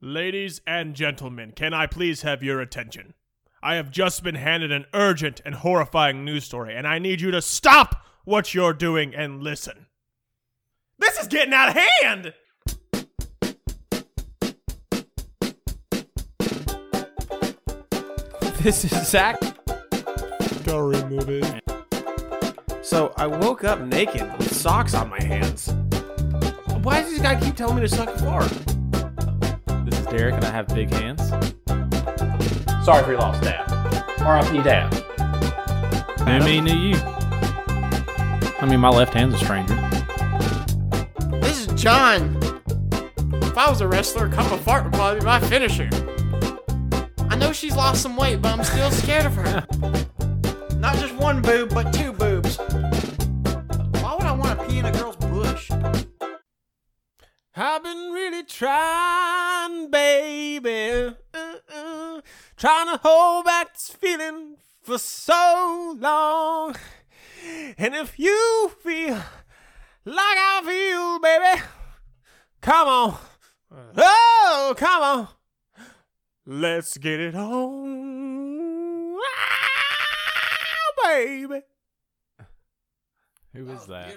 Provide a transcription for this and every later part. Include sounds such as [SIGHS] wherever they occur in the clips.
Ladies and gentlemen, can I please have your attention? I have just been handed an urgent and horrifying news story, and I need you to stop what you're doing and listen. This is getting out of hand! This is Zach. Go remove it. So I woke up naked with socks on my hands. Why does this guy keep telling me to suck a fart? This is Derek, and I have big hands. Sorry for your loss, Dad. RIP, Dad. I mean, knew you. I mean, my left hand's a stranger. This is John. If I was a wrestler, a cup of fart would probably be my finisher. I know she's lost some weight, but I'm still scared of her. Not just [LAUGHS] one boob, but two boobs. Why would I want to pee in a girl's bush? I've been really trying, baby. Uh-uh. Trying to hold back this feeling for so long. And if you feel like I feel, baby, come on. Oh, come on. Let's get it on. Ah, baby. Who was that?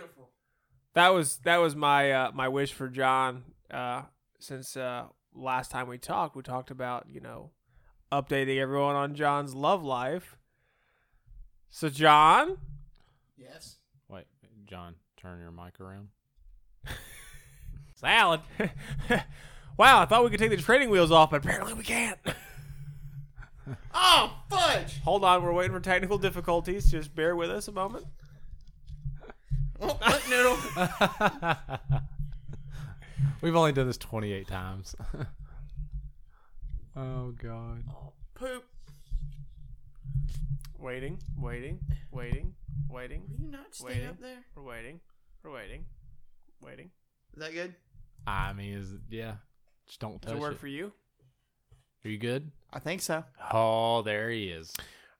that was that was my uh, my wish for John. Uh, since uh, last time we talked, we talked about you know updating everyone on John's love life. So John, Yes. Wait, John, turn your mic around. salad. [LAUGHS] wow, I thought we could take the training wheels off, but apparently we can't. [LAUGHS] Oh, fudge! [LAUGHS] Hold on, we're waiting for technical difficulties. Just bear with us a moment. Oh, butt noodle. [LAUGHS] We've only done this 28 times. [LAUGHS] oh, God. Poop. Waiting, waiting, waiting, waiting. Can you not stay Waiting. up there? We're waiting. We're waiting. Waiting. Is that good? I mean, is yeah. Just don't Does touch it work it. for you? Are you good? I think so. Oh, there he is.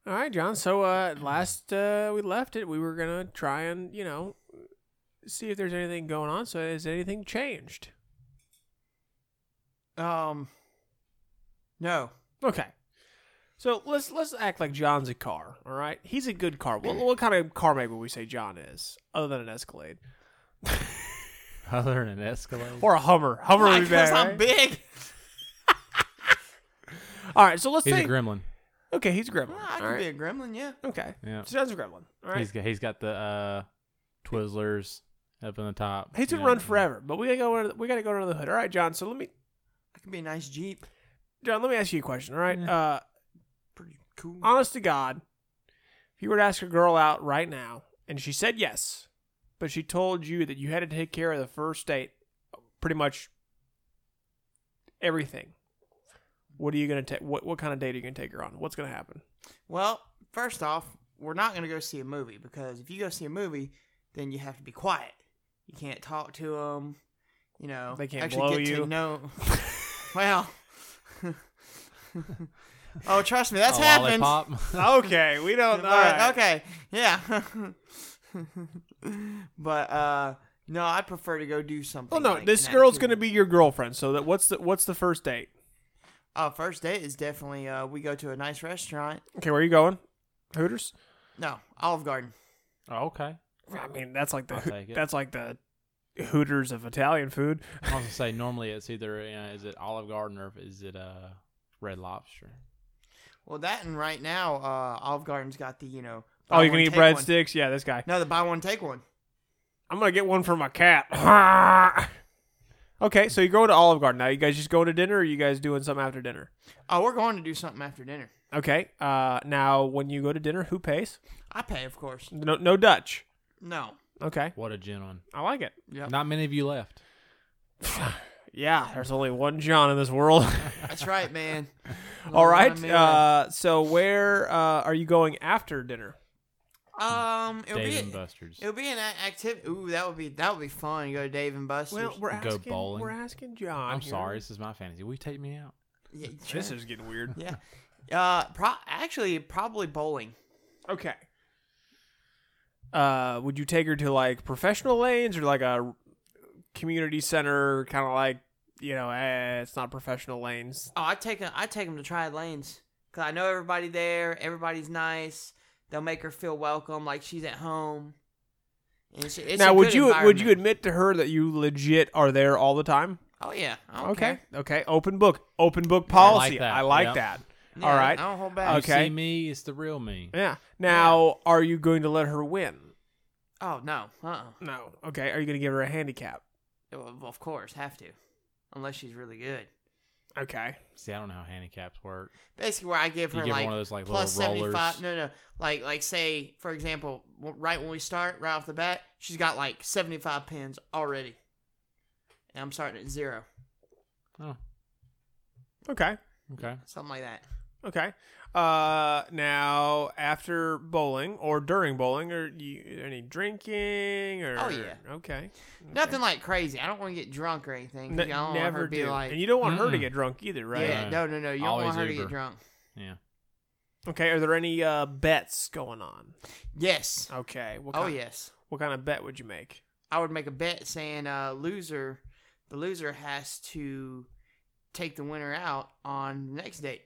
All right, John. So uh, last uh, we left it, we were gonna try and you know see if there's anything going on. So has anything changed? Um. No. Okay. So let's let's act like John's a car. All right, he's a good car. What, what kind of car make would we say John is, other than an Escalade Other than an Escalade. or a Hummer? Hummer Why? would be better. I'm right? big. All right, so let's he's say a gremlin. okay, he's a gremlin. Well, I all can right. be a gremlin, yeah. Okay, Yeah. so John's a gremlin. All right, He's got, he's got the uh, Twizzlers up in the top. he's you gonna know. run forever, but we gotta go. Under, we gotta go under the hood. All right, John. So let me, I can be a nice jeep. John. Let me ask you a question. All right. Yeah. Uh, Pretty cool. honest to God, if you were to ask a girl out right now and she said yes, but she told you that you had to take care of the first date, pretty much everything. What are you gonna take? What what kind of date are you gonna take her on? What's gonna [LAUGHS] happen? Well, first off, we're not going to go see a movie because if you go see a movie, then you have to be quiet. You can't talk to them. You know, They can't actually blow get you. to know. [LAUGHS] well. [LAUGHS] oh, trust me, that's A happened. lollipop. okay, we don't. All right, Okay. Yeah. [LAUGHS] but uh no, I prefer to go do something. Well, no, like this an girl's activity. gonna be your girlfriend. So that what's the what's the first date? Uh, first date is definitely uh, we go to a nice restaurant. Okay, where are you going? Hooters. No, Olive Garden. [LAUGHS] oh, okay. I mean, that's like the I'll take it. that's like the Hooters of Italian food. I was gonna say normally it's either you know, is it Olive Garden or is it uh, Red Lobster? Well, that and right now, uh, Olive Garden's got the you know. Oh, buy you can one, eat take one. breadsticks. Yeah, this guy. No, the buy one take one. I'm gonna get one for my cat. [LAUGHS] okay, so you're going to Olive Garden now. You guys just going to dinner, or you guys doing something after dinner? Oh, we're going to do something after dinner. Okay. Uh, now when you go to dinner, who pays? I pay, of course. No, no Dutch. No. Okay, What a gentleman! I like it. Yep. Not many of you left. Yeah, there's only one John in this [LAUGHS] [LAUGHS] world. That's right, man. [LAUGHS] All I right. mean, Uh, so where uh, are you going after dinner? uh, um, it'll Dave be and Buster's. it'll be an activity. Ooh, that would be that would be fun. Go to Dave and Buster's. we're Go asking- bowling. We're we're asking John. I'm sorry, this is my fantasy. Will you take me out? yeah, This sure. is getting [LAUGHS] weird. yeah. Uh, pro- actually, probably bowling. Okay. Uh, would you take her to like professional lanes or like a community center, kind of like you know, eh, it's not professional lanes. Oh, I take a, I take them to Triad Lanes because I know everybody there. Everybody's nice. They'll make her feel welcome, like she's at home. And it's, it's now, a would good you would you environment. admit to her that you legit are there all the time? Oh yeah. I don't Okay. care. Okay. Open book. Open book I like policy. that. I like Yep. that. Yeah, all right. I don't hold You back. Okay. see me, it's the real me. Yeah. Now, are you going to let her win? oh no. Uh. No. Okay. Are you going to give her a handicap? Well, of course, have to, unless she's really good. Okay. See, I don't know how handicaps work. Basically, where I give You her give her like one of those, like, plus little seventy rollers. five. No, no, like like say for example, w- right when we start, right off the bat, she's got like seventy five pins already, and I'm starting at zero, Oh, Okay. okay. something like that. Okay. Uh, now after bowling or during bowling, or you any drinking or? Oh, yeah. Okay. Nothing like crazy. I don't want to get drunk or anything. 'cause N- I don't want her never to be do. like, and you don't want her to Mm-mm. get drunk either, right? yeah, Right. no, no, no. You don't Always want her to Uber. get drunk. Yeah. Okay. Are there any uh bets going on? Yes. Okay. What Oh kind, yes. What kind of bet would you make? I would make a bet saying uh, loser, the loser has to take the winner out on the next date.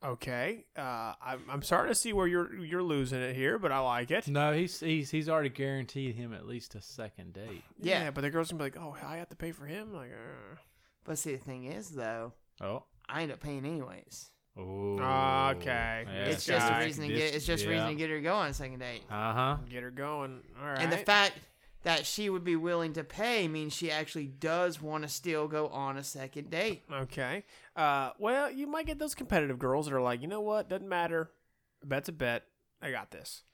Okay. Uh, I'm I'm starting to see where you're you're losing it here, but I like it. No, he's he's he's already guaranteed him at least a second [SIGHS] date. Yeah. but the girl's gonna be like, "Oh, I have to pay for him." Like, uh. But see, the thing is though, Oh. I end up paying anyways. Ooh. Okay. Yes, it's just guy. a reason to get. It's just a reason to get her to go on a second date. Uh huh. get her going. All right. And the fact that she would be willing to pay means she actually does want to still go on a second date. Okay. Uh, well, you might get those competitive girls that are like, you know what? Doesn't matter. A bet's a bet. I got this.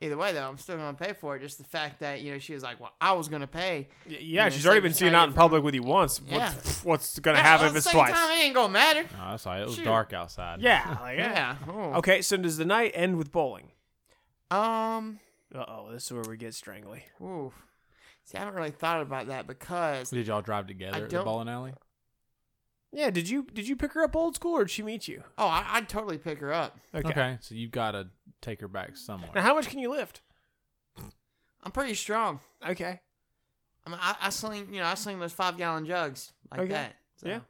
Either way, though, I'm still going to pay for it. Just the fact that you know she was like, "Well, I was going to pay." Y- know, yeah, she's say already you been saw seen your out in public with you once. Yeah. What's, what's gonna Now, happen at if the it's same twice? Time, it ain't gonna matter. Oh, that's all right. It was Shoot. dark outside. Yeah. Like, yeah. [LAUGHS] Yeah. Oh. Okay. So does the night end with bowling? Um. Uh oh, this is where we get strangly. Ooh. See, I haven't really thought about that because Did y'all drive together I at the don't- bowling alley? Yeah. Did you did you pick her up old school or did she meet you? oh, I, I'd totally pick her up. Okay. So you've got to take her back [LAUGHS] Now, somewhere. how much can you lift? I'm pretty strong. Okay. I mean, I, I sling, you know, I sling those five gallon jugs like Okay. that. So. Yeah.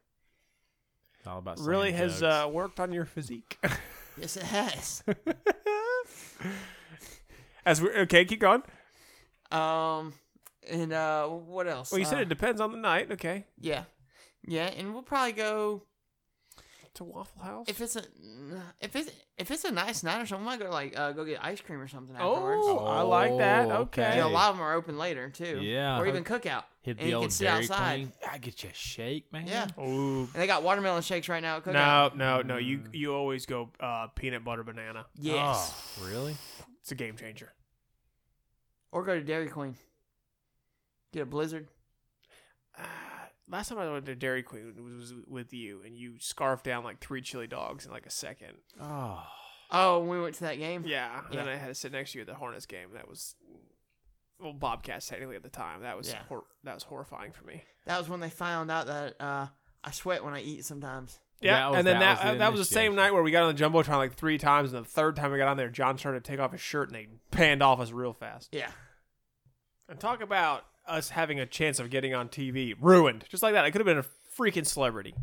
It's all about really singing has jugs. uh, worked on your physique. Yes, it has. [LAUGHS] [LAUGHS] As we okay, keep going. um, and uh, what else? Well, you said Uh, it depends on the night. Okay. Yeah, yeah, and we'll probably go To Waffle House. if it's a if it's if it's a nice night or something. I might go like uh, go get ice cream or something afterwards. Oh, I like that. Oh, Okay. You know, a okay. lot of them are open later too. Yeah. or even cookout. Hit and the you old can sit Dairy outside. Queen. I get you a shake, man. Yeah, Ooh. and they got watermelon shakes right now at No, cookout. no, no. You Mm. you always go uh, peanut butter banana. Yes, Oh, [SIGHS] really? It's a game changer. or go to Dairy Queen. Get a Blizzard. Uh, last time I went to Dairy Queen was, was with you, and you scarfed down like three chili dogs in like a second. [LAUGHS] Oh. Oh, when we went to that game. Yeah. And Then Yeah. I had to sit next to you at the Hornets game. That was well Bobcats technically at the time. That was Yeah. hor- that was horrifying for me. That was when they found out that uh, I sweat when I eat sometimes. Yeah, That was- and then that that was that was, the the same initiation. night where we got on the jumbotron like three times, and the third time we got on there, John started to take off his shirt, and they panned off us real fast. Yeah. And talk about us having a chance of getting on TV ruined, just like that. I could have been a freaking celebrity,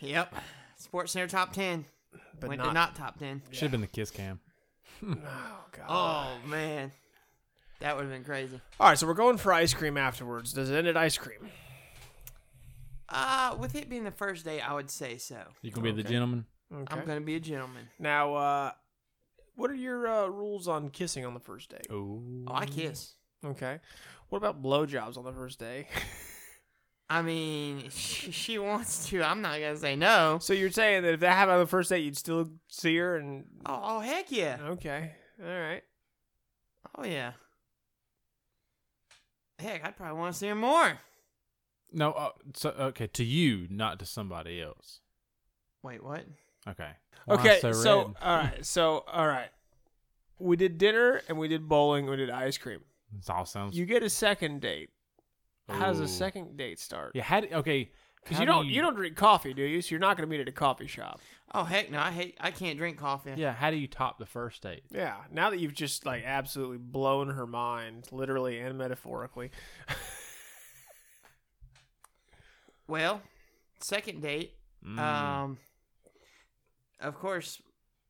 Yep. Sports Center top ten. but went not. to not top ten. Should have been the kiss cam. oh god. Oh man, that would have been crazy. All right, so we're going for ice cream afterwards. Does it end at ice cream? Uh, with it being the first day, I would say so. You can be the Okay. gentleman. Okay. I'm gonna be a gentleman. Now, uh, what are your uh, rules on kissing on the first date? Ooh. Oh, I kiss. Okay. What about blowjobs on the first day? [LAUGHS] I mean, [LAUGHS] she, she wants to. I'm not gonna say no. so you're saying that if that happened on the first date, you'd still see her and Oh, oh heck yeah. Okay. All right. Oh yeah. Heck, I'd probably want to see her more. No. Uh, so okay, to you, not to somebody else. Wait, what? Okay. Why Okay. So, so red? all right. So all right. We did dinner and we did bowling. We did ice cream. This all sounds. You get a second date. How does Ooh. a second date start? Yeah. How? Do, okay. Because how you do don't you... don't drink coffee, do you? So you're not going to meet at a coffee shop. Oh heck no, I hate. I can't drink coffee. Yeah. How do you top the first date? Yeah. Now that you've just like absolutely blown her mind, literally and metaphorically. Well, second date. Mm, Um, of course,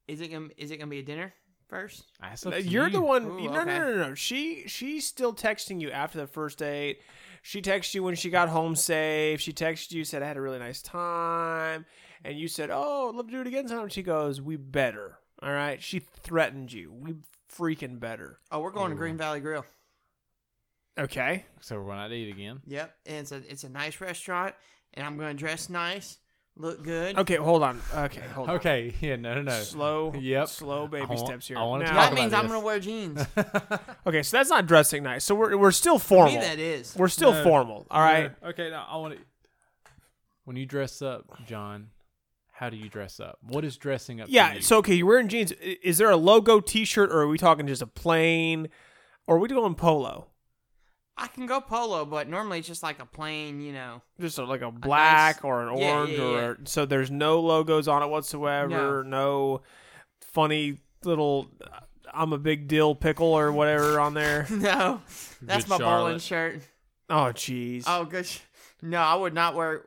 is it gonna is it gonna be a dinner first? That's Uh, up to You're you. the one. Ooh, no, no, okay. no, no, no. She she's still texting you after the first date. She texted you when she got home safe. She texted you said I had a really nice time, and you said, "Oh, I'd love to do it again sometime." She goes, "We better." All right. She threatened you. We freaking better. Oh, we're going to Green Valley Grill. Okay. So we're going to eat again. Yep, and it's a it's a nice restaurant, and I'm gonna dress nice, look good. Okay. Hold on. Okay. Hold on. Okay. [LAUGHS] Yeah. No. No. No. Slow. Yep. Slow baby I want- steps here. I wanna Now- talk That means about I'm this. gonna wear jeans. okay. So that's not dressing nice. So we're we're still For formal. me, that is. We're still No. formal. All right. Yeah. Okay. Now I want to. When you dress up, John, how do you dress up? What is dressing up? to Yeah. you? So okay, you're wearing jeans. I- Is there a logo T-shirt, or are we talking just a plain? Or are we going polo? I can go polo, but normally it's just like a plain, you know. [LAUGHS] Just a, like a black nice- or an Yeah, yeah, orange, yeah. or so there's no logos on it whatsoever. No, funny little. uh, I'm a big dill pickle or whatever on [LAUGHS] there. no, that's Good my bowling Charlotte. shirt. Oh jeez. Oh, good. sh- No, I would not wear.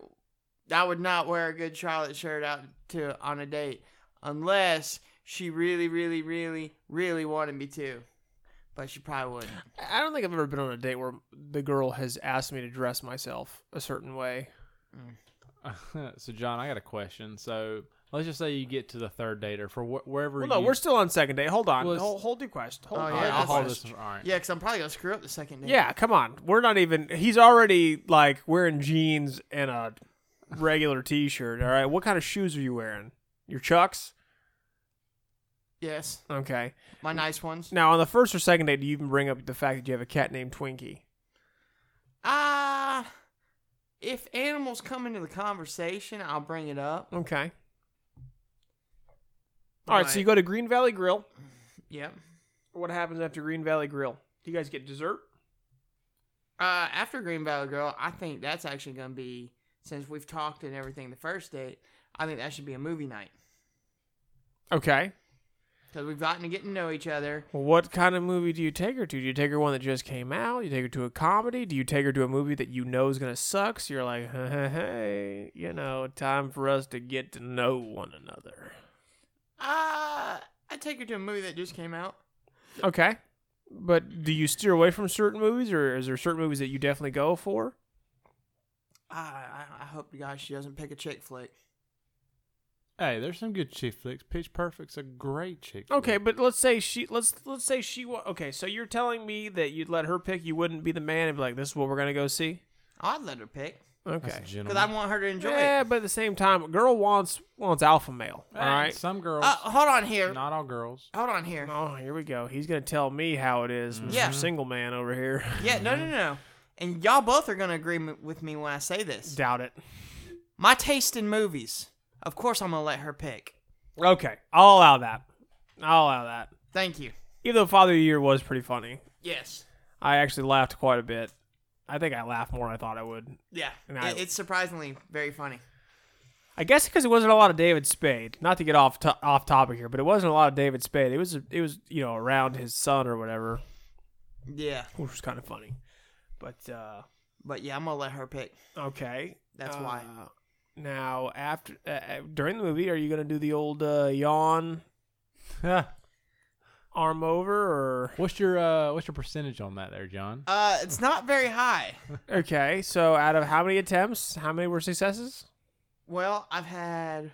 I would not wear a good Charlotte shirt out to on a date unless she really, really, really, really wanted me to. But she probably wouldn't. I don't think I've ever been on a date where the girl has asked me to dress myself a certain way. [LAUGHS] so John, I got a question. So let's just say you get to the third date or for wh- wherever. Well, no, you, we're still on second date. Hold on. Well, it's- hold, hold your quest. Hold Oh, on. yeah, I'll that's hold fine. this. one- All right. Yeah, because I'm probably gonna screw up the second date. Yeah, come on. We're not even. He's already like wearing jeans and a regular T-shirt. All right. What kind of shoes are you wearing? Your Chucks. Yes, Okay. my nice ones. Now on the first or second date, do you even bring up the fact that you have a cat named Twinkie? Ah, if animals come into the conversation, I'll bring it up. Okay. All right. So you go to Green Valley Grill. Yep. What happens after Green Valley Grill? Do you guys get dessert? Uh, after Green Valley Girl, I think that's actually gonna be since we've talked and everything the first date. I think that should be a movie night Okay. because we've gotten to get to know each other. Well, what kind of movie do you take her to? Do you take her one that just came out? you take her to a comedy? Do you take her to a movie that you know is gonna suck? So you're like, hey, hey, hey, you know, time for us to get to know one another. Uh, I take her to a movie that just came out. Okay, but do you steer away from certain movies, or is there certain movies that you definitely go for? I I, I hope to God she doesn't pick a chick flick. Hey, there's some good chick flicks. Pitch Perfect's a great chick. flick. Okay, but let's say she let's let's say she wa- okay. So you're telling me that you'd let her pick. You wouldn't be the man and be like, this is what we're gonna go see. Oh, I'd let her pick That's Okay. a because gentleman. I want her to enjoy it. Yeah, but at the same time, a girl wants wants alpha male. All Hey, right. Some girls, Uh, hold on here. not all girls. Hold on here. Oh, here we go. He's gonna tell me how it is, mister Yeah. Single Man over here. [LAUGHS] Yeah, no, no, no. And y'all both are gonna agree m- with me when I say this. Doubt it. My taste in movies. Of course, I'm gonna let her pick. Okay, I'll allow that. I'll allow that. Thank you. Even though Father of the Year was pretty funny, Yes. I actually laughed quite a bit. I think I laughed more than I thought I would. Yeah. And I- It- it's surprisingly very funny. I guess because it wasn't a lot of David Spade. Not to get off to- off topic here, but it wasn't a lot of David Spade. It was it was you know around his son or whatever, Yeah. which was kind of funny. But uh But yeah, I'm gonna let her pick. okay, That's why. Uh, Now after uh, uh, during the movie, are you gonna do the old uh, yawn arm over or what's your uh, what's your percentage on that there, John? Uh, it's not very high. Okay, so out of how many attempts, how many were successes? Well, I've had.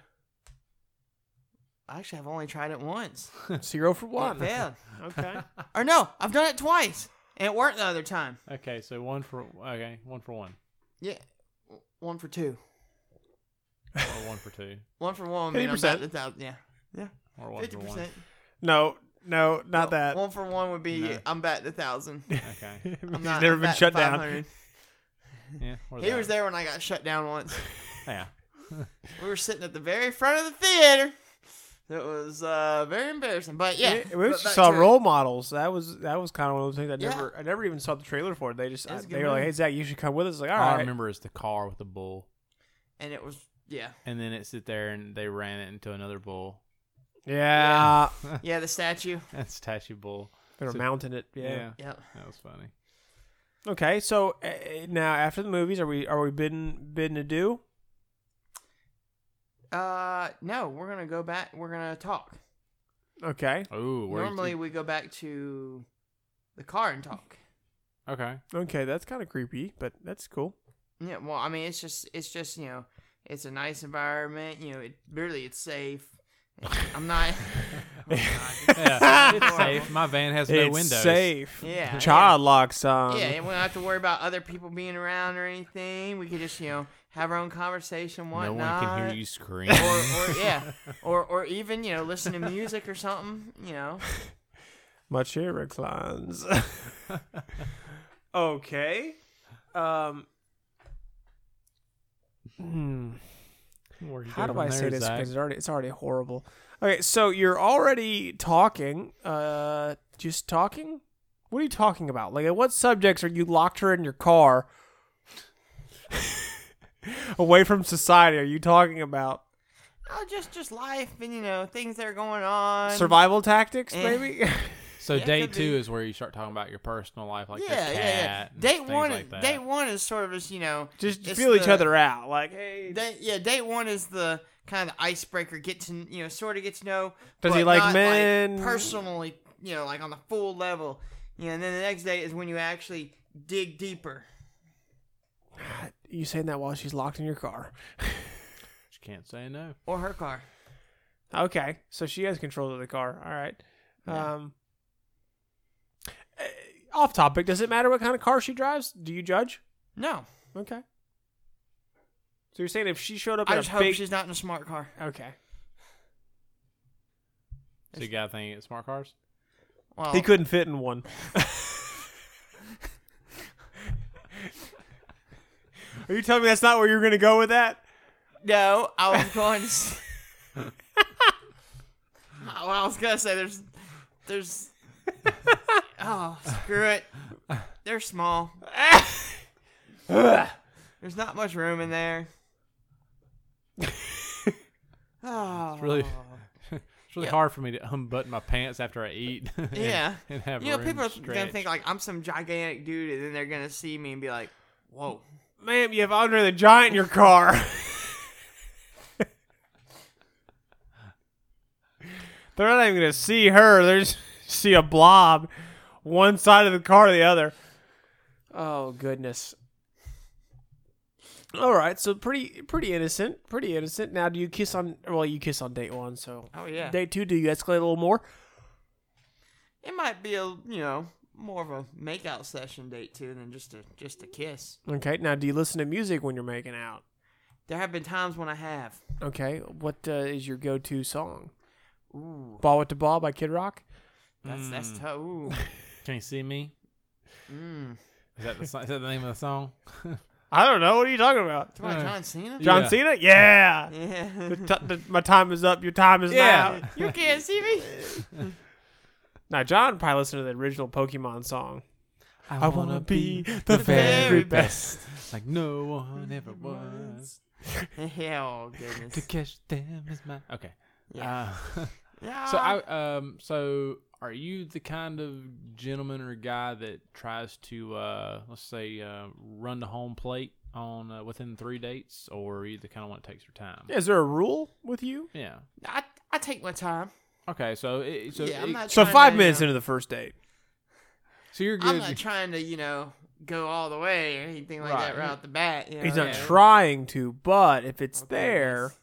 Actually, I've only tried it once. Zero for It one. failed. Okay. Or no, I've done it twice, and it worked the other time. Okay, so one for okay, one for one Yeah, w- one for two, or one for two one for one. man, I'm about to thou- Yeah, yeah, or one fifty for one. percent. No, no, not that. One for one would be. No. I'm back [LAUGHS] to thousand. [LAUGHS] Okay, I'm He's not- never been I'm back shut to down. [LAUGHS] 500. yeah. or He that. was there when I got shut down once. Yeah. We were sitting at the very front of the theater. It was uh, very embarrassing, but yeah. We- we but just back saw to- role models. That was that was kind of one of those things I Yeah. never I never even saw the trailer for. it. They just uh, It was a they good were like, movie. "Hey Zach, you should come with us." Like, all All I right, remember is the car with the bull, and it was yeah, and then it sit there and they ran it into another bull. yeah, yeah, the statue. That's statue bull. they were So- mounting it. Yeah. Yeah. Yep. that was funny. Okay, so uh, now after the movies, are we are we bidden bidden to do? Uh, no, we're gonna go back. We're gonna talk. Okay, Oh, we're Normally, we go back to the car and talk. okay. [LAUGHS] okay, that's kind of creepy, but that's cool. Yeah, well, I mean, it's just, it's just, you know, it's a nice environment. You know, it really, it's safe. [LAUGHS] I'm not. Yeah, it's Horrible. safe. My van has no it's windows. safe. Yeah, Child locks on. yeah, and we don't have to worry about other people being around or anything. We could just, you know, have our own conversation, No whatnot. one can hear you scream. Or, or yeah, or or even you know, listen to music or something. You know. My chair [LAUGHS] reclines. okay. Um. hmm, [LAUGHS] Where you How go do from I say there, this? Zach? Because it's already it's already horrible. Okay, so you're already talking. Uh, just talking. What are you talking about? Like, at what subjects are you locked her in your car? [LAUGHS] Away from society, are you talking about Oh, just just life and you know things that are going on. survival tactics, Um, Eh. maybe? [LAUGHS] So Yeah, it day could two be. is where you start talking about your personal life, like yeah, your cat. yeah, yeah. and Date things one, like that. date one is sort of as you know, Just It's feel each the- other out. Like, hey, Day, yeah, date one is the kind of the icebreaker. Get to you know, sort of get to know. Does he but like not, men? personally? You know, like on the full level. You know, and then the next day is when you actually dig deeper. you saying that while she's locked in your car. She can't say no. Or her car. Okay, so she has control of the car. All right. Um, eh, off topic. Does it matter what kind of car she drives? Do you judge? No, Okay. So you're saying if she showed up I in just a hope big she's not in a smart car. okay, So you got a thing at smart cars? Well, he couldn't fit in [LAUGHS] one. Are you telling me that's not where you're going to go with that? No, I was going. To, s- well, I was gonna say there's, there's. oh, screw it. They're small. there's not much room in there. Oh, really- [LAUGHS] It's really hard for me to unbutton my pants after I eat. [LAUGHS] and- Yeah. and have you know, room people are to gonna stretch. think like I'm some gigantic dude, and then they're gonna see me and be like, "Whoa." Ma'am, you have Andre the Giant in your car. [LAUGHS] They're not even gonna see her. They're just [LAUGHS] see a blob, one side of the car or the other. Oh goodness. All right, so pretty, pretty innocent, pretty innocent. Now, do you kiss on? Well, you kiss on date one, so Oh yeah. date two. Do you escalate a little more? it might be a you know more of a makeout session date too than just a just a kiss. Okay. Now, do you listen to music when you're making out? There have been times when I have. Okay. What uh, is your go-to song? Ooh, Ball with the Ball by Kid Rock. that's that's Mm. tough. [LAUGHS] Ooh, Can you see me? mm. Is that the, so- is that the name of the song? I don't know. What are you talking about? Come on, Uh, John Cena. John Yeah. Cena? Yeah. Yeah. The [LAUGHS] ti- the- my time is up. Your time is Yeah. now. you can't see me. [LAUGHS] Now, John probably listened to the original Pokemon song. I wanna be the very Mm-hmm. best. like no one ever was. yeah. Oh goodness. [LAUGHS] To catch them is my okay. Yeah. Uh, [LAUGHS] yeah. so I um so are you the kind of gentleman or guy that tries to uh let's say uh run the home plate on uh, within three dates, or are you the kind of one that takes your time? Is there a rule with you? Yeah. I I take my time. Okay. So it, so yeah, I'm it- not. So trying five to, minutes You know, into the first date. so you're I'm good. not trying to you know go all the way or anything like that Right. right off the bat. You know, He's not yeah. trying to, but if it's Oh, goodness. there,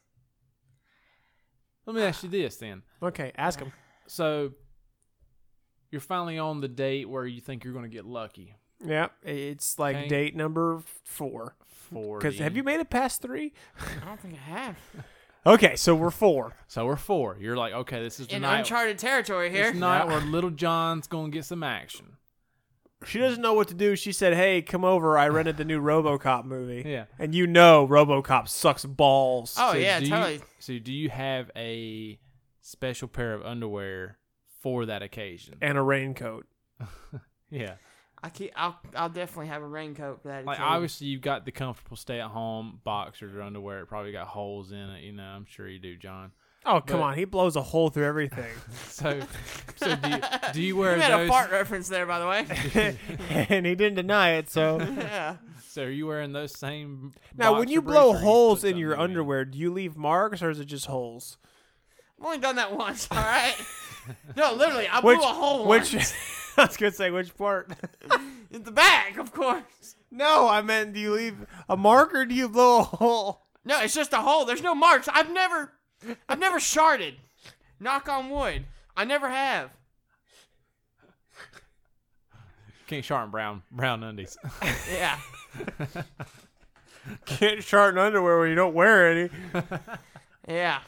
Let me ask you this then. okay, ask him. So you're finally on the date where you think you're going to get lucky. Yeah, it's like Okay. date number four. Four. Because have you made it past three? I don't think I have. Okay, so we're four. So we're four. You're like, okay, this is the In night. uncharted territory this here. night [LAUGHS] where Little John's going to get some action. She doesn't know what to do. She said, "Hey, come over. I rented the [LAUGHS] new RoboCop movie." Yeah. and you know RoboCop sucks balls. oh So yeah, do you- totally. so do you have a special pair of underwear for that occasion? and a raincoat. Yeah. I keep. I'll. I'll definitely have a raincoat for that. Like occasion. obviously you've got the comfortable stay at home boxers or underwear. It probably got holes in it. You know, I'm sure you do, John. Oh come But- on, he blows a hole through everything. So, so do you, do [LAUGHS] you wear You had a those? fart reference there, by the [LAUGHS] way. [LAUGHS] [LAUGHS] and he didn't deny it. So yeah. So are you wearing those same? [LAUGHS] now, when boxer you briefs, blow or you holes put in your something underwear, do you leave marks or is it just holes? I've only done that once, [LAUGHS] all right? No, literally, I Which blew a hole which once. [LAUGHS] I was gonna say which part? in the back, of course. [LAUGHS] no, I meant do you leave a mark or do you blow a hole? No, it's just a hole. There's no marks. I've never, I've never sharded. Knock on wood. I never have. King Sharp brown brown [LAUGHS] undies. Yeah. [LAUGHS] Can't shart in underwear when you don't wear any. Yeah.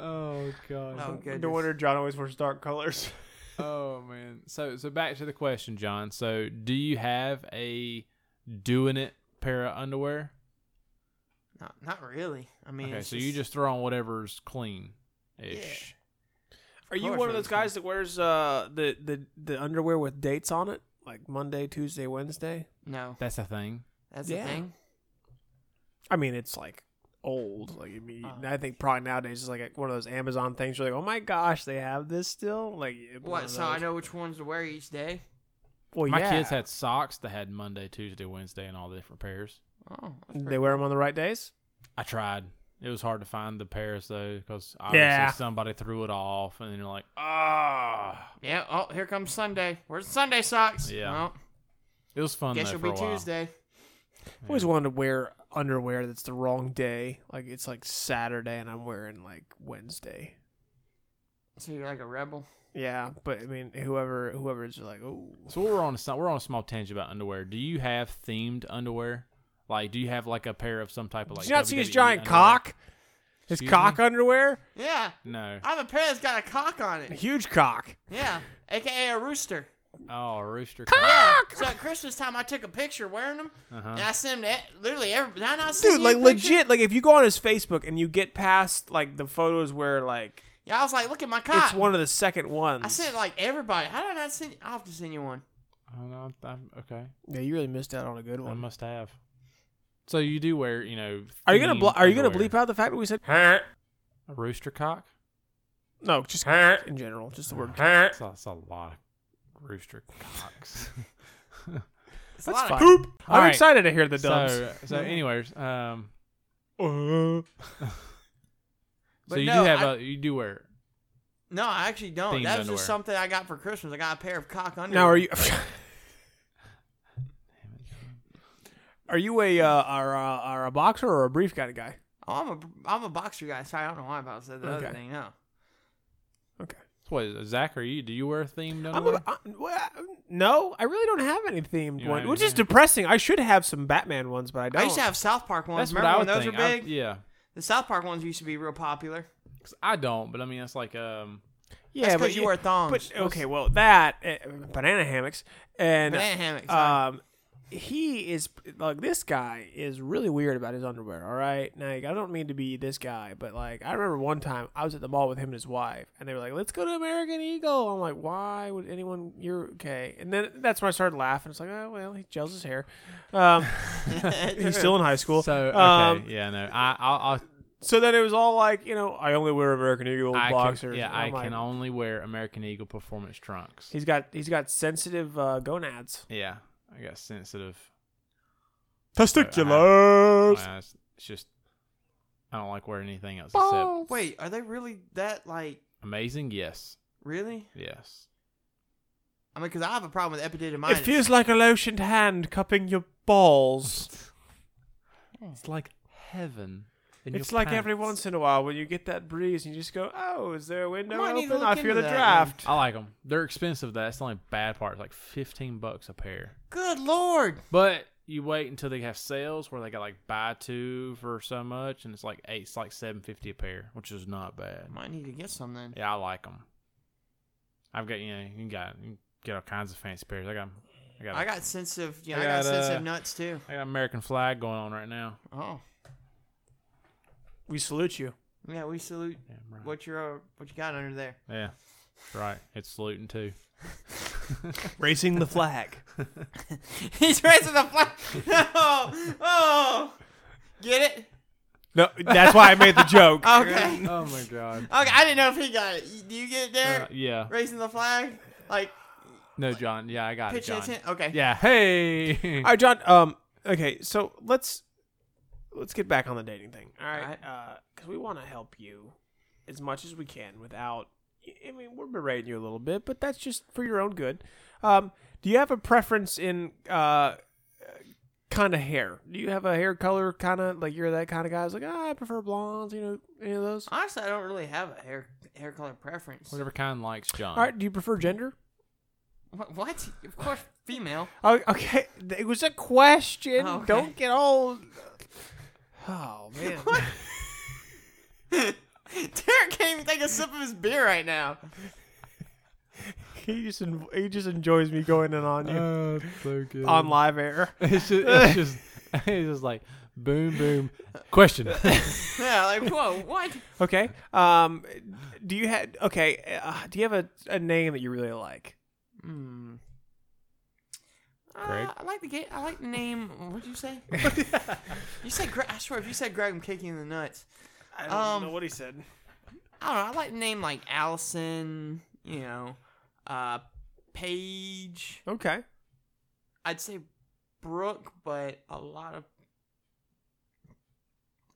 oh god. Oh, goodness. No wonder John always wears dark colors. [LAUGHS] Oh man. So so back to the question, John. So do you have a doing it pair of underwear? Not, not really. I mean, Okay, it's so you just throw on whatever's clean ish. [LAUGHS] Are you course one I of those would guys that wears uh the, the the underwear with dates on it, like Monday, Tuesday, Wednesday? no. That's a thing. That's Yeah. the thing. I mean, it's like old. Like I mean, Oh. I think probably nowadays it's like one of those Amazon things. You're like, oh my gosh, they have this still. Like it- one What? of So I those- know which ones to wear each day. Well, My yeah. kids had socks that had Monday, Tuesday, Wednesday, and all the different pairs. Oh, that's They wear them on the right days. I tried. It was hard to find the pairs though, because obviously Yeah. somebody threw it off, and then you're like, ah. Yeah. Oh, here comes Sunday. Where's Sunday socks? Yeah. Well, It was fun. guess though, it'll for be a while. Tuesday. I always wanted to wear underwear that's the wrong day. Like it's like Saturday, and I'm wearing like Wednesday. So you're like a rebel. Yeah, but I mean, whoever whoever's like, oh, So we're on a si- we're on a small tangent about underwear. Do you have themed underwear? Like, do you have like a pair of some type of like? did you not see his WWE giant underwear? cock? His Excuse cock me? underwear, Yeah. No. I have a pair that's got a cock on a [LAUGHS] it. huge cock. Yeah. AKA a rooster. Oh, rooster cock. Yeah. So at Christmas time, I took a picture wearing them, and I sent them to e- literally every. Did I not send Uh-huh. Dude, you like a picture? legit, like if you go on his Facebook and you get past like the photos where like Yeah, I was like, look at my cock. it's one of the second ones. I sent like everybody. How did I not send? I'll have to send you one. Oh, no, I'm, I'm- okay. Yeah, you really missed out on a good I one. must have. So you do wear, you know. Are you gonna themed blo- are you gonna underwear. bleep out the fact that we said a rooster cock? no? Just in general, just the word. That's, a- that's a lot of rooster [LAUGHS] cocks. [LAUGHS] It's a That's lot of- fine. All I'm right. excited to hear the [LAUGHS] dubs. so so, anyways, um, Uh-huh. so But you no, do have I- a you do wear. no, I actually don't. Themed That's underwear. just something I got for Christmas. I got a pair of cock underwear. now, are you [LAUGHS] are you a uh, are, uh, are a boxer or a brief kind of guy? Oh, I'm a I'm a boxer guy, so I don't know why I said the other Okay. thing. No. Okay, What Zach? Are you? Do you wear themed underwear? I'm a, I'm, well, no, I really don't have any themed You don't one, have which any is themed. depressing. I should have some Batman ones, but I don't. I used to have South Park ones. That's what I Remember would when those think. I- were big? yeah. The South Park ones used to be real popular. 'Cause I don't, but I mean, it's like um. yeah, [LAUGHS] That's but oh, because you wear thongs. But okay, well that uh, banana hammocks and Banana hammocks, huh? Um, he is like this guy is really weird about his underwear. All right, now like, I don't mean to be this guy, but like I remember one time I was at the mall with him and his wife, and they were like, "Let's go to American Eagle." I'm like, "Why would anyone?" You're okay, and then that's when I started laughing. It's like, oh well, he gels his hair. Um, [LAUGHS] [LAUGHS] he's still in high school. So okay, um, yeah, no, I I'll, I'll so then it was all like, you know, I only wear American Eagle I boxers. Can, yeah, And I I'm like, can only wear American Eagle performance trunks. He's got he's got sensitive uh, gonads. Yeah, I got sensitive. Testiculars. my eyes. It's just I don't like wearing anything else except Wait, are they really that like amazing. Yes, really? yes. I mean, because I have a problem with It epididymitis. feels like a lotioned hand cupping your balls. It's like heaven. in it's your like pants. every once in a while when you get that breeze and you just go, "Oh, is there a window might need to open? look I feel the into that, draft." I like them. They're expensive. though. That's the only bad part. It's like fifteen bucks a pair. Good lord. But you wait until they have sales where they got like buy two for so much, and it's like eight, it's like seven fifty a pair, which is not bad. I might need to get some then. Yeah, I like them. I've got you know you can got you can get all kinds of fancy pairs. I got I got I I got, got sensitive. Yeah, I I got, got, uh, sensitive nuts too. American flag going on right now. Oh, We salute you. yeah. We salute Yeah, right. what you uh, what you got under there. [LAUGHS] Yeah, that's right. It's saluting [LAUGHS] too. Racing the flag. [LAUGHS] He's raising the flag. No. Oh. Get it? No, that's why I made the [LAUGHS] joke. Okay. Okay, Oh my [LAUGHS] god. I didn't know if he got it. Y- Do you get it, Derek? Uh, yeah. Raising the flag? Like, No, John. Yeah, I got it, pitching John. a tent? Okay. Yeah. Hey. All right, John. Um. Okay, so let's let's get back on the dating thing. All right. Alright. Because we want to help you as much as we can without. I mean, we're berating you a little bit, but that's just for your own good. Um. Do you have a preference in uh kind of hair? Do you have a hair color kind of like you're that kind of guy? who's like, ah, I prefer blondes. You know, any of those? Honestly, I don't really have a hair hair color preference. [LAUGHS] Whatever kind likes John. [LAUGHS] All right. Do you prefer gender? What? what? Of course, female. Oh, okay. It was a question. Oh, okay. Don't get [LAUGHS] all. Oh [LAUGHS] man. Derek can't even take a sip of his beer right now. He just en- he just enjoys me going in on you Oh, [LAUGHS] so good. on live air. [LAUGHS] It's just, [LAUGHS] it's just, it's just like boom, boom. [LAUGHS] Question. Yeah, like, whoa, what? [LAUGHS] Okay. Um, do you have okay? Uh, do you have a, a name that you really like? Hmm. Greg? Uh, I like the game. I like the name. What did [LAUGHS] you say? you said Greg. I swear, if you said Greg, I'm kicking you in the nuts. I don't Um, know what he said. I don't know. I like the name like Allison. You know, uh, Paige. Okay. I'd say Brooke, but a lot of,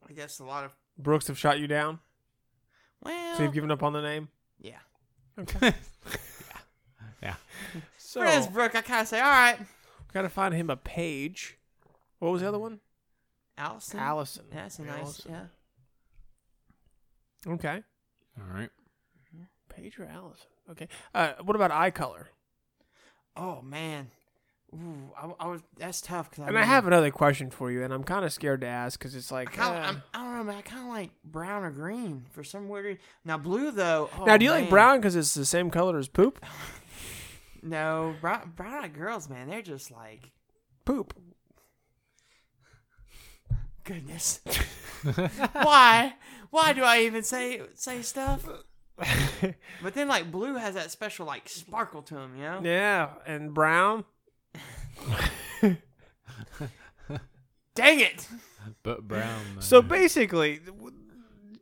I guess, a lot of. Brooks have shot you down, Well, so you've given up on the name. yeah. [LAUGHS] Okay. So, For his Brooke, I kind of say, all right, Gotta find him a page. What was the other one? Allison. Allison. That's a nice. Allison. Yeah. Okay. all right. Paige or Allison? Okay. Uh, what about eye color? Oh man. Ooh, I, I was. That's tough. Cause I And I really- have another question for you, and I'm kind of scared to ask because it's I like. kinda, uh, I'm, I don't know, man. I kind of like brown or green for some weird reason. Now blue though. oh, now, do you like man. brown because it's the same color as poop? No, brown brown-eyed girls, man. They're just like Poop. [LAUGHS] goodness. Why? Why do I even say say stuff? But then like blue has that special like sparkle to them, you know. yeah, and brown. Dang it! But Brown. Man. So basically, w-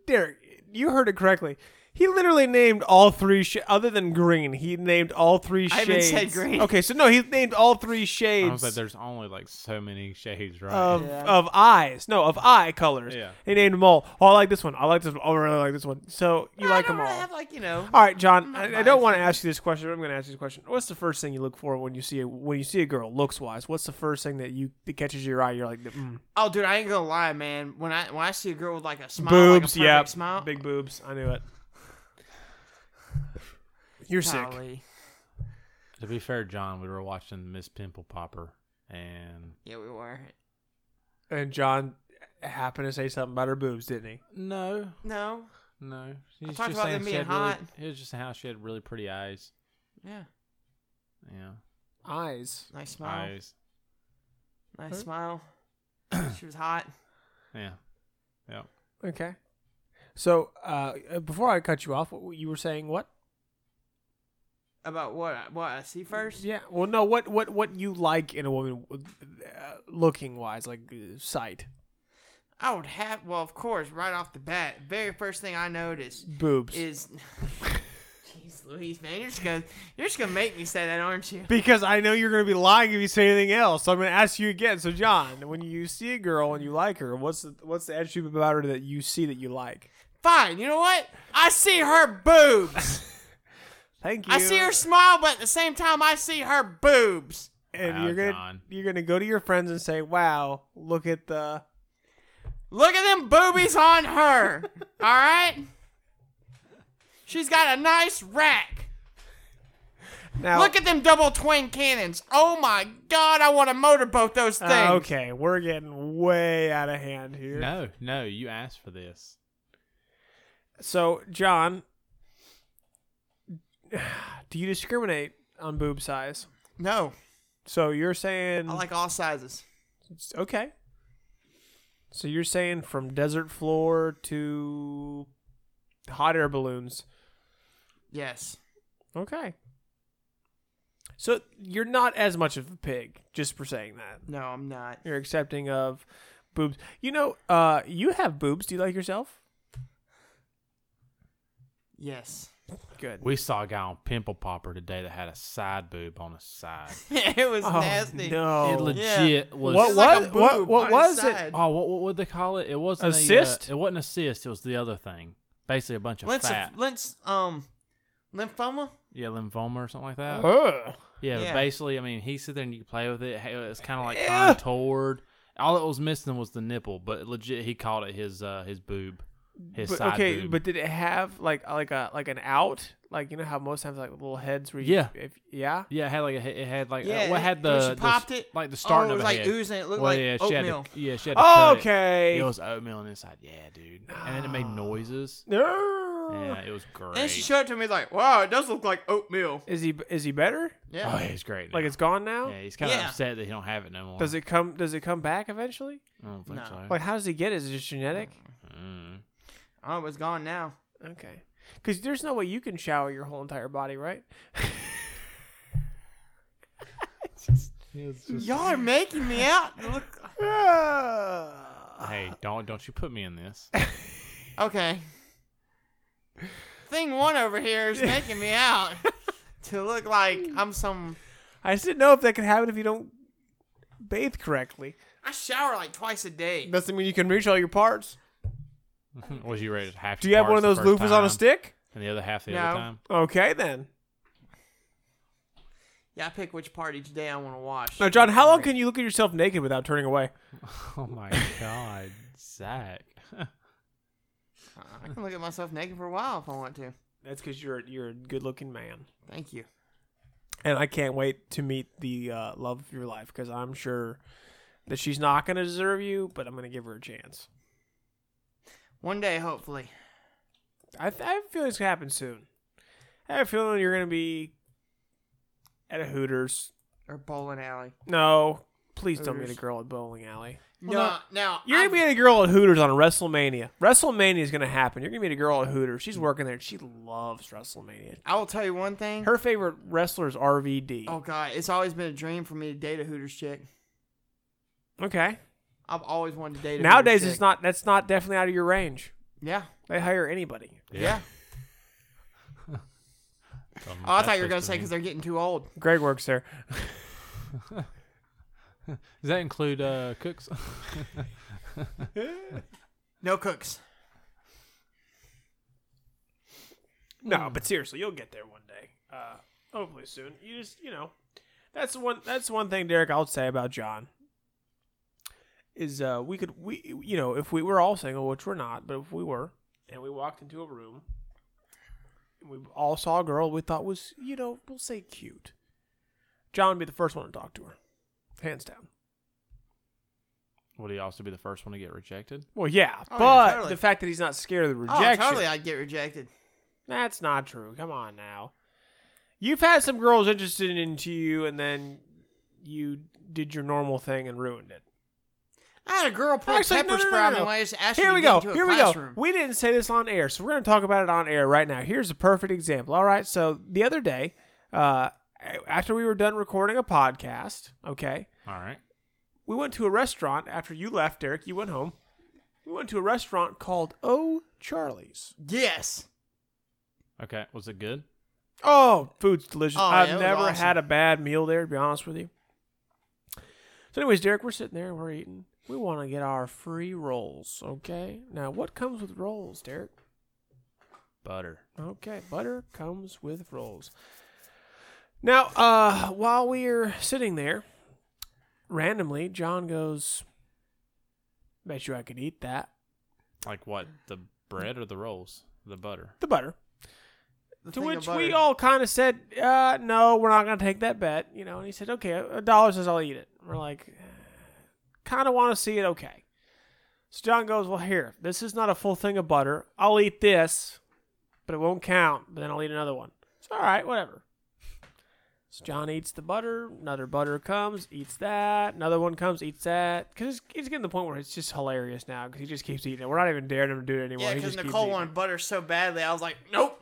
Derek, you heard it correctly. He literally named all three, sh- other than green. He named all three I haven't shades. said green. Okay, so no, he named all three I was shades like, there's only like so many shades, right? of Yeah. of eyes. No, of eye colors. Yeah. He named them all. Oh, I like this one. I like this one. Oh, I really like this one. So you I like don't them all. Oh. really have like you know. all right, John. not I, I don't biased. want to ask you this question. But I'm going to ask you this question. What's the first thing you look for when you see a, when you see a girl looks wise? What's the first thing that you that catches your eye? You're like, mm, Oh, dude, I ain't gonna lie, man. When I when I see a girl with like a smile, boobs. like a perfect yeah, smile. big boobs. I knew it. You're sick. Golly. to be fair, John, we were watching Miss Pimple Popper, and Yeah, we were. And John happened to say something about her boobs, didn't he? no, No. no, I he's talked just about saying them she being had hot. Really, he was just saying how she had really pretty eyes. Yeah. Yeah, Eyes. Nice smile. eyes. Nice smile. she was hot. Yeah, yeah. Okay. So uh, before I cut you off, what- you were saying what? About what? I, what I see first? Yeah. Well, no. What what what you like in a woman, uh, looking wise, like uh, sight, I would have. Well, of course, right off the bat, very first thing I noticed boobs. is. [LAUGHS] Jeez, Louise, man, you're just gonna you're just gonna make me say that, aren't you? because I know you're gonna be lying if you say anything else, so I'm gonna ask you again. So, John, when you see a girl and you like her, what's the, what's the attribute about her that you see that you like? Fine. You know what? I see her boobs. Thank you. I see her smile, but at the same time, I see her boobs. and Wow, you're gonna John. you're gonna go to your friends and say, "Wow, look at the." Look at them boobies on her. All right. She's got a nice rack. Now, Look at them double twin cannons. Oh my god, I want to motorboat those things. Uh, okay, we're getting way out of hand here. No, no, you asked for this. So, John, [SIGHS] do you discriminate on boob size? No, So you're saying I like all sizes. okay. So you're saying from desert floor to hot air balloons. Yes. Okay. So you're not as much of a pig just for saying that. No, I'm not. You're accepting of boobs. You know, uh, you have boobs. Do you like yourself? Yes. [LAUGHS] Good. We saw a guy on Pimple Popper today that had a side boob on his side. it was Oh, nasty. No. It legit was. What It's like a was- what- boob what on its was it? side. Oh, what what would they call it? It wasn't a, uh, Assist? it wasn't a cyst. It was the other thing. Basically, a bunch of Lymph- fat. lymph- um, lymphoma. yeah, lymphoma or something like that. Ugh. Yeah, but Yeah. basically, I mean, he sit there and you could play with it. Hey, It's kind of like Yeah. contoured. All it was missing was the nipple, but legit, he called it his uh, his boob, his But, side okay, boob. but did it have like like a like an out? Like you know how most times like little heads where you, Yeah. if, yeah. yeah, it had like a, it had like Yeah, yeah, what had when the she the s- popped it, like the Oh, start it of was a like head. oozing. It looked well, like yeah, she had oatmeal. to, yeah, she had to cut it. Okay. It was oatmeal on the inside. Yeah, dude. And then it made noises. Ugh. Yeah, it was great. Ah. And she showed it to me like, wow, it does look like oatmeal. Is he is he better? Yeah. oh, yeah, it's great. Like now. it's gone now? yeah, he's kind of Yeah. upset that he don't have it no more. Oh. Does it come does it come back eventually? I don't think No. so. Like how does he get it? Is it just genetic? Mm. Oh, it's gone now. Okay. Cuz there's no way you can shower your whole entire body, right? Y'all are making me out. [LAUGHS] to Look. Hey, don't don't you put me in this. [LAUGHS] [LAUGHS] Okay. Thing one over here [LAUGHS] is making me out to look like I'm some. I just didn't know if that could happen if you don't bathe correctly. I shower like twice a day. Doesn't mean you can reach all your parts. Was you ready to half? Do your you have one parts of the those first loofahs on a time stick? And the other half the No. other time. Okay then. Yeah, I pick which part each day I want to watch. Now, John, how long can you look at yourself naked without turning away? [LAUGHS] Oh [LAUGHS] my god, [LAUGHS] Zach. Uh, I can look at myself naked for a while if I want to. That's because you're you're a good-looking man, Thank you. and I can't wait to meet the uh, love of your life because I'm sure that she's not going to deserve you, but I'm going to give her a chance. One day, hopefully. I, th- I have a feeling it's going to happen soon. I have a feeling you're going to be at a Hooters. Or bowling alley. No, please don't meet a Hooters. girl at bowling alley. No, now You're going to meet a girl at Hooters on WrestleMania. WrestleMania is going to happen. You're going to meet a girl at Hooters. She's working there. and She loves WrestleMania. I will tell you one thing. Her favorite wrestler is RVD. oh God, it's always been a dream for me to date a Hooters chick. Okay. I've always wanted to date. a Nowadays, Hooters it's chick. not. That's not definitely out of your range. Yeah, They hire anybody. yeah. Oh, I thought you were gonna say because they're getting too old. Greg works there. Does that include uh, cooks? [LAUGHS] No cooks. No, Hmm. but seriously, you'll get there one day. Uh, hopefully soon. You just, you know, that's the one. That's the one thing, Derek. I'll say about John is uh, we could we you know if we were all single, which we're not, but if we were, and we walked into a room, and we all saw a girl we thought was you know we'll say cute. John would be the first one to talk to her, hands down. Would he also be the first one to get rejected? Well, yeah, Oh, yeah, but totally. the fact that he's not scared of the Oh, rejection. totally. I'd get rejected. That's not true. Come on now. You've had some girls interested into you, and then you did your normal thing and ruined it. I had a girl put Actually, a pepper no, no, no, spray on no, me no. when I just asked Here her we to get go. into a Here we go. classroom. We didn't say this on air, so we're going to talk about it on air right now. Here's a perfect example. All right. So the other day, uh, after we were done recording a podcast, okay, All right. we went to a restaurant. After you left, Derek, you went home. We went to a restaurant called Oh Charlie's. Yes. Okay. Was it good? Oh, food's delicious. Oh, yeah, I've it was never awesome. had a bad meal there, to be honest with you. So, anyways, Derek, we're sitting there and we're eating. We want to get our free rolls, okay? Now, what comes with rolls, Derek? Butter. Okay, butter comes with rolls. Now, uh, while we're sitting there, randomly, John goes, Bet you I could eat that. Like what? The bread or the rolls? The butter. The butter. The To thing which about we it- all kind of said, uh, no, we're not going to take that bet, you know. And he said, okay, a dollar says I'll eat it. We're like, kind of want to see it, okay. So John goes, well, here, this is not a full thing of butter. I'll eat this, but it won't count. But then I'll eat another one. It's all right, whatever. So John eats the butter. Another butter comes, eats that. Another one comes, eats that. Because it's, it's getting to the point where it's just hilarious now because he just keeps eating it. We're not even daring him to do it anymore. He Yeah, because just keeps Nicole eating it. wanted butter so badly. I was like, nope.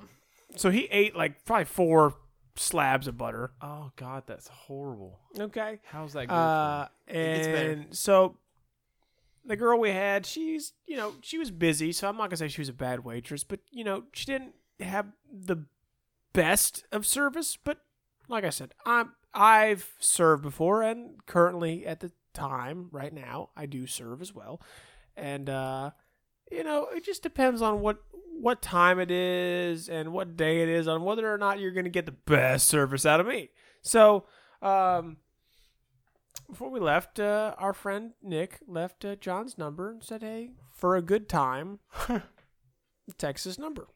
So he ate like probably four slabs of butter. Oh God, that's horrible. Okay. How's that good? Uh, gets better. and so Uh, the girl we had, she's you know she was busy, so I'm not gonna say she was a bad waitress, but you know she didn't have the best of service. But like I said, I'm I've served before, and currently at the time right now I do serve as well, and uh, you know it just depends on what what time it is and what day it is on whether or not you're gonna get the best service out of me. So. Um, before we left, uh, our friend Nick left uh, John's number and said, "Hey, for a good [LAUGHS] time, text his number."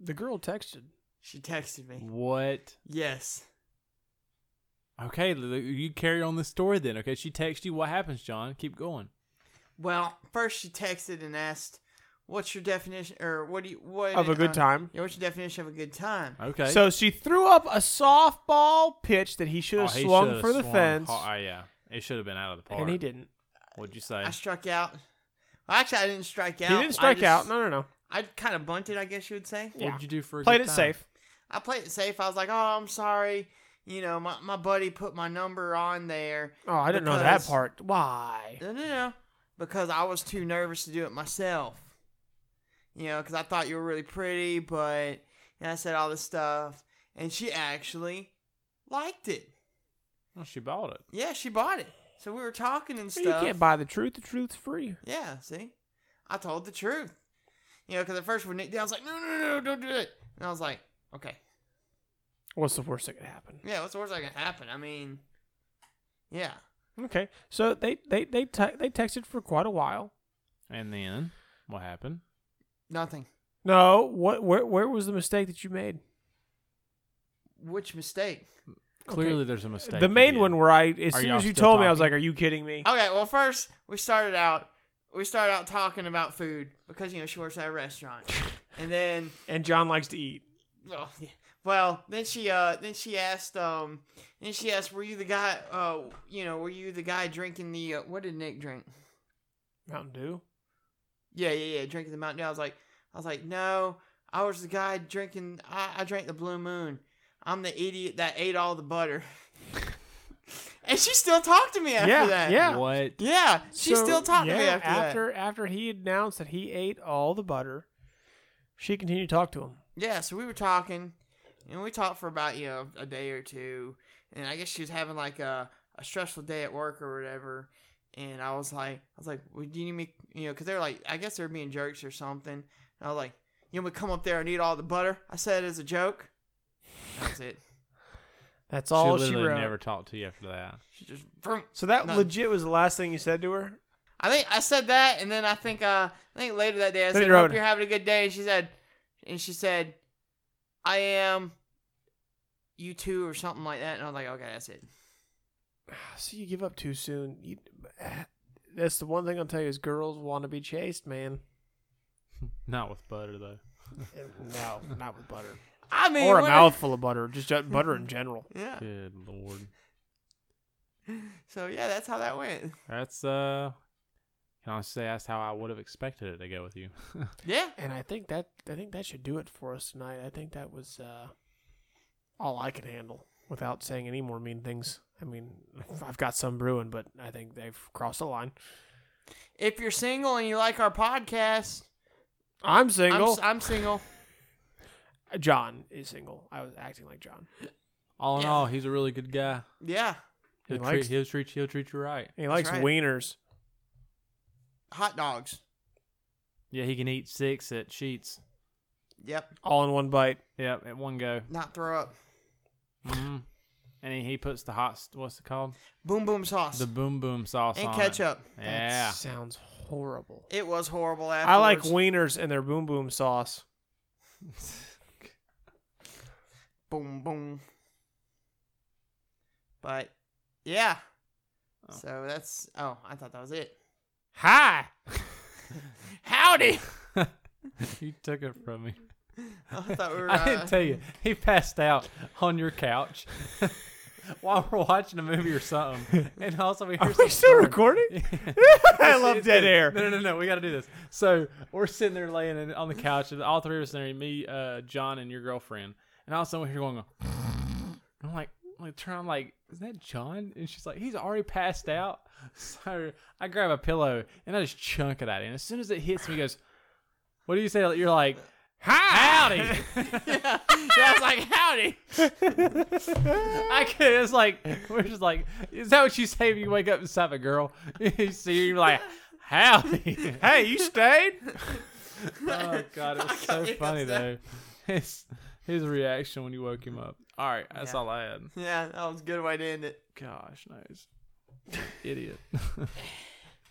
The girl texted. She texted me. What? Yes. Okay, Lulu, you carry on the story then. Okay, she texts you. What happens, John? Keep going. Well, first she texted and asked, "What's your definition, or what do you what Of a good uh, time. Yeah, what's your definition of a good time?" Okay. So she threw up a softball pitch that he should Oh, have he swung should've for the swung fence, har- oh, yeah, it should have been out of the park. and he didn't. What'd you say? I struck out. Well, actually, I didn't strike out. he didn't strike I out. just- No, no, no. I kind of bunted, I guess you would say. Yeah. What'd you do for? A Played good it time? safe. I played it safe. I was like, "Oh, I'm sorry." You know, my, my buddy put my number on there. Oh, I didn't know that Because- part. Why? No, no, no. Because I was too nervous to do it myself. You know, because I thought you were really pretty, but and I said all this stuff, and she actually liked it. Well, Oh, she bought it. Yeah, she bought it. So we were talking and You stuff. can't buy the truth. The truth's free. Yeah, see, I told the truth. You know, because at first when Nick did, I was like, "No, no, no, don't do it," and I was like, "Okay, What's the worst that could happen? yeah, what's the worst that can happen?" I mean, yeah. Okay, so they they they te- they texted for quite a while. And then what happened? Nothing. No, what where where was the mistake that you made? Which mistake? Clearly, there's a mistake. the you main did. one where I as Are soon y'all as you still told me I was like, talking? "Are you kidding me?" Okay, well, first we started out. We started out talking about food because you know she works at [LAUGHS] a restaurant, and then And John likes to eat. oh, yeah. well, then she uh then she asked um then she asked, "Were you the guy? Uh, you know, were you the guy drinking the uh, what did Nick drink?" Mountain Dew. Yeah, yeah, yeah, drinking the Mountain Dew. I was like, I was like, no, I was the guy drinking. I, I drank the Blue Moon. I'm the idiot that ate all [LAUGHS] the butter. and she still talked to me after yeah, that. yeah. What? Yeah, she So, still talked to me yeah, after, that. after after he announced that he ate all the butter. She continued to talk to him. Yeah, so we were talking, and we talked for about you know a day or two, and I guess she was having like a, a stressful day at work or whatever, and I was like, I was like, well, do you need me? You know, because they're like, I guess they're being jerks or something. And I was like, you want me to come up there and eat all the butter? I said it as a joke. That's it. [LAUGHS] That's all she she, literally wrote. never talked to you after that. She just. vroom. so that None. legit was the last thing you said to her. I think I said that, and then I think uh, I think later that day I Then said, you wrote "Hope you're having a good day." And she said, and she said, "I am." You two or something like that, and I was like, okay, that's it. Ah, So you give up too soon. You, [SIGHS] that's the one thing I'll tell you is girls want to be chased, [LAUGHS] man. Not with butter though. no, not with butter I mean, or a what mouthful of butter, just ju- butter in general. Yeah. Good lord. So yeah, that's how that went. That's uh. Can I say that's how I would have expected it to go with you? [LAUGHS] Yeah. And I think that I think that should do it for us tonight. I think that was uh, all I could handle without saying any more mean things. I mean, [LAUGHS] I've got some brewing, but I think they've crossed the line. If you're single and you like our podcast, I'm I'm, single. s- I'm single. John is single. I was acting like John. All in Yeah. all, he's a really good guy. Yeah. He'll, He treat, likes- he'll treat he'll treat you right. He likes right. wieners. Hot dogs. Yeah, he can eat six at sheets. Yep. all in one bite. Yep, at one go. Not throw up. Mhm. and he, he puts the hot st- what's it called? Boom boom sauce The boom boom sauce and on it. ketchup. Yeah. sounds horrible. It was horrible. I like afterwards. wieners and their boom boom sauce. boom boom. But yeah. So that's oh, I thought that was it. [LAUGHS] Hi. Howdy. [LAUGHS] you took it from me. [LAUGHS] I thought we were. I uh, didn't tell you. He passed out on your couch [LAUGHS] while we're watching a movie or something. And also we hear Are we some still porn. [LAUGHS] recording? I love dead air. No, no, no, no. We got to do this. So we're sitting there laying in, on the couch, and all three of us in there, me, uh, John, and your girlfriend. And all of a sudden, we hear going, [LAUGHS] I'm like, like turn on like is that John? And she's like, he's already passed out. [LAUGHS] So I grab a pillow and I just chunk it at him. As soon as it hits me, he goes, "What do you say?" You're like, "Howdy!" yeah, [LAUGHS] I was like, howdy. I could. It's like we're just like, is that what you say if you wake up inside a girl? [LAUGHS] you see, you're like, "Howdy!" Hey, you stayed? [LAUGHS] oh god, [LAUGHS] it was so funny though. His his reaction when you woke him up. All right, that's Yeah. all I had. Yeah, that was a good way to end it. [LAUGHS] Gosh, nice idiot.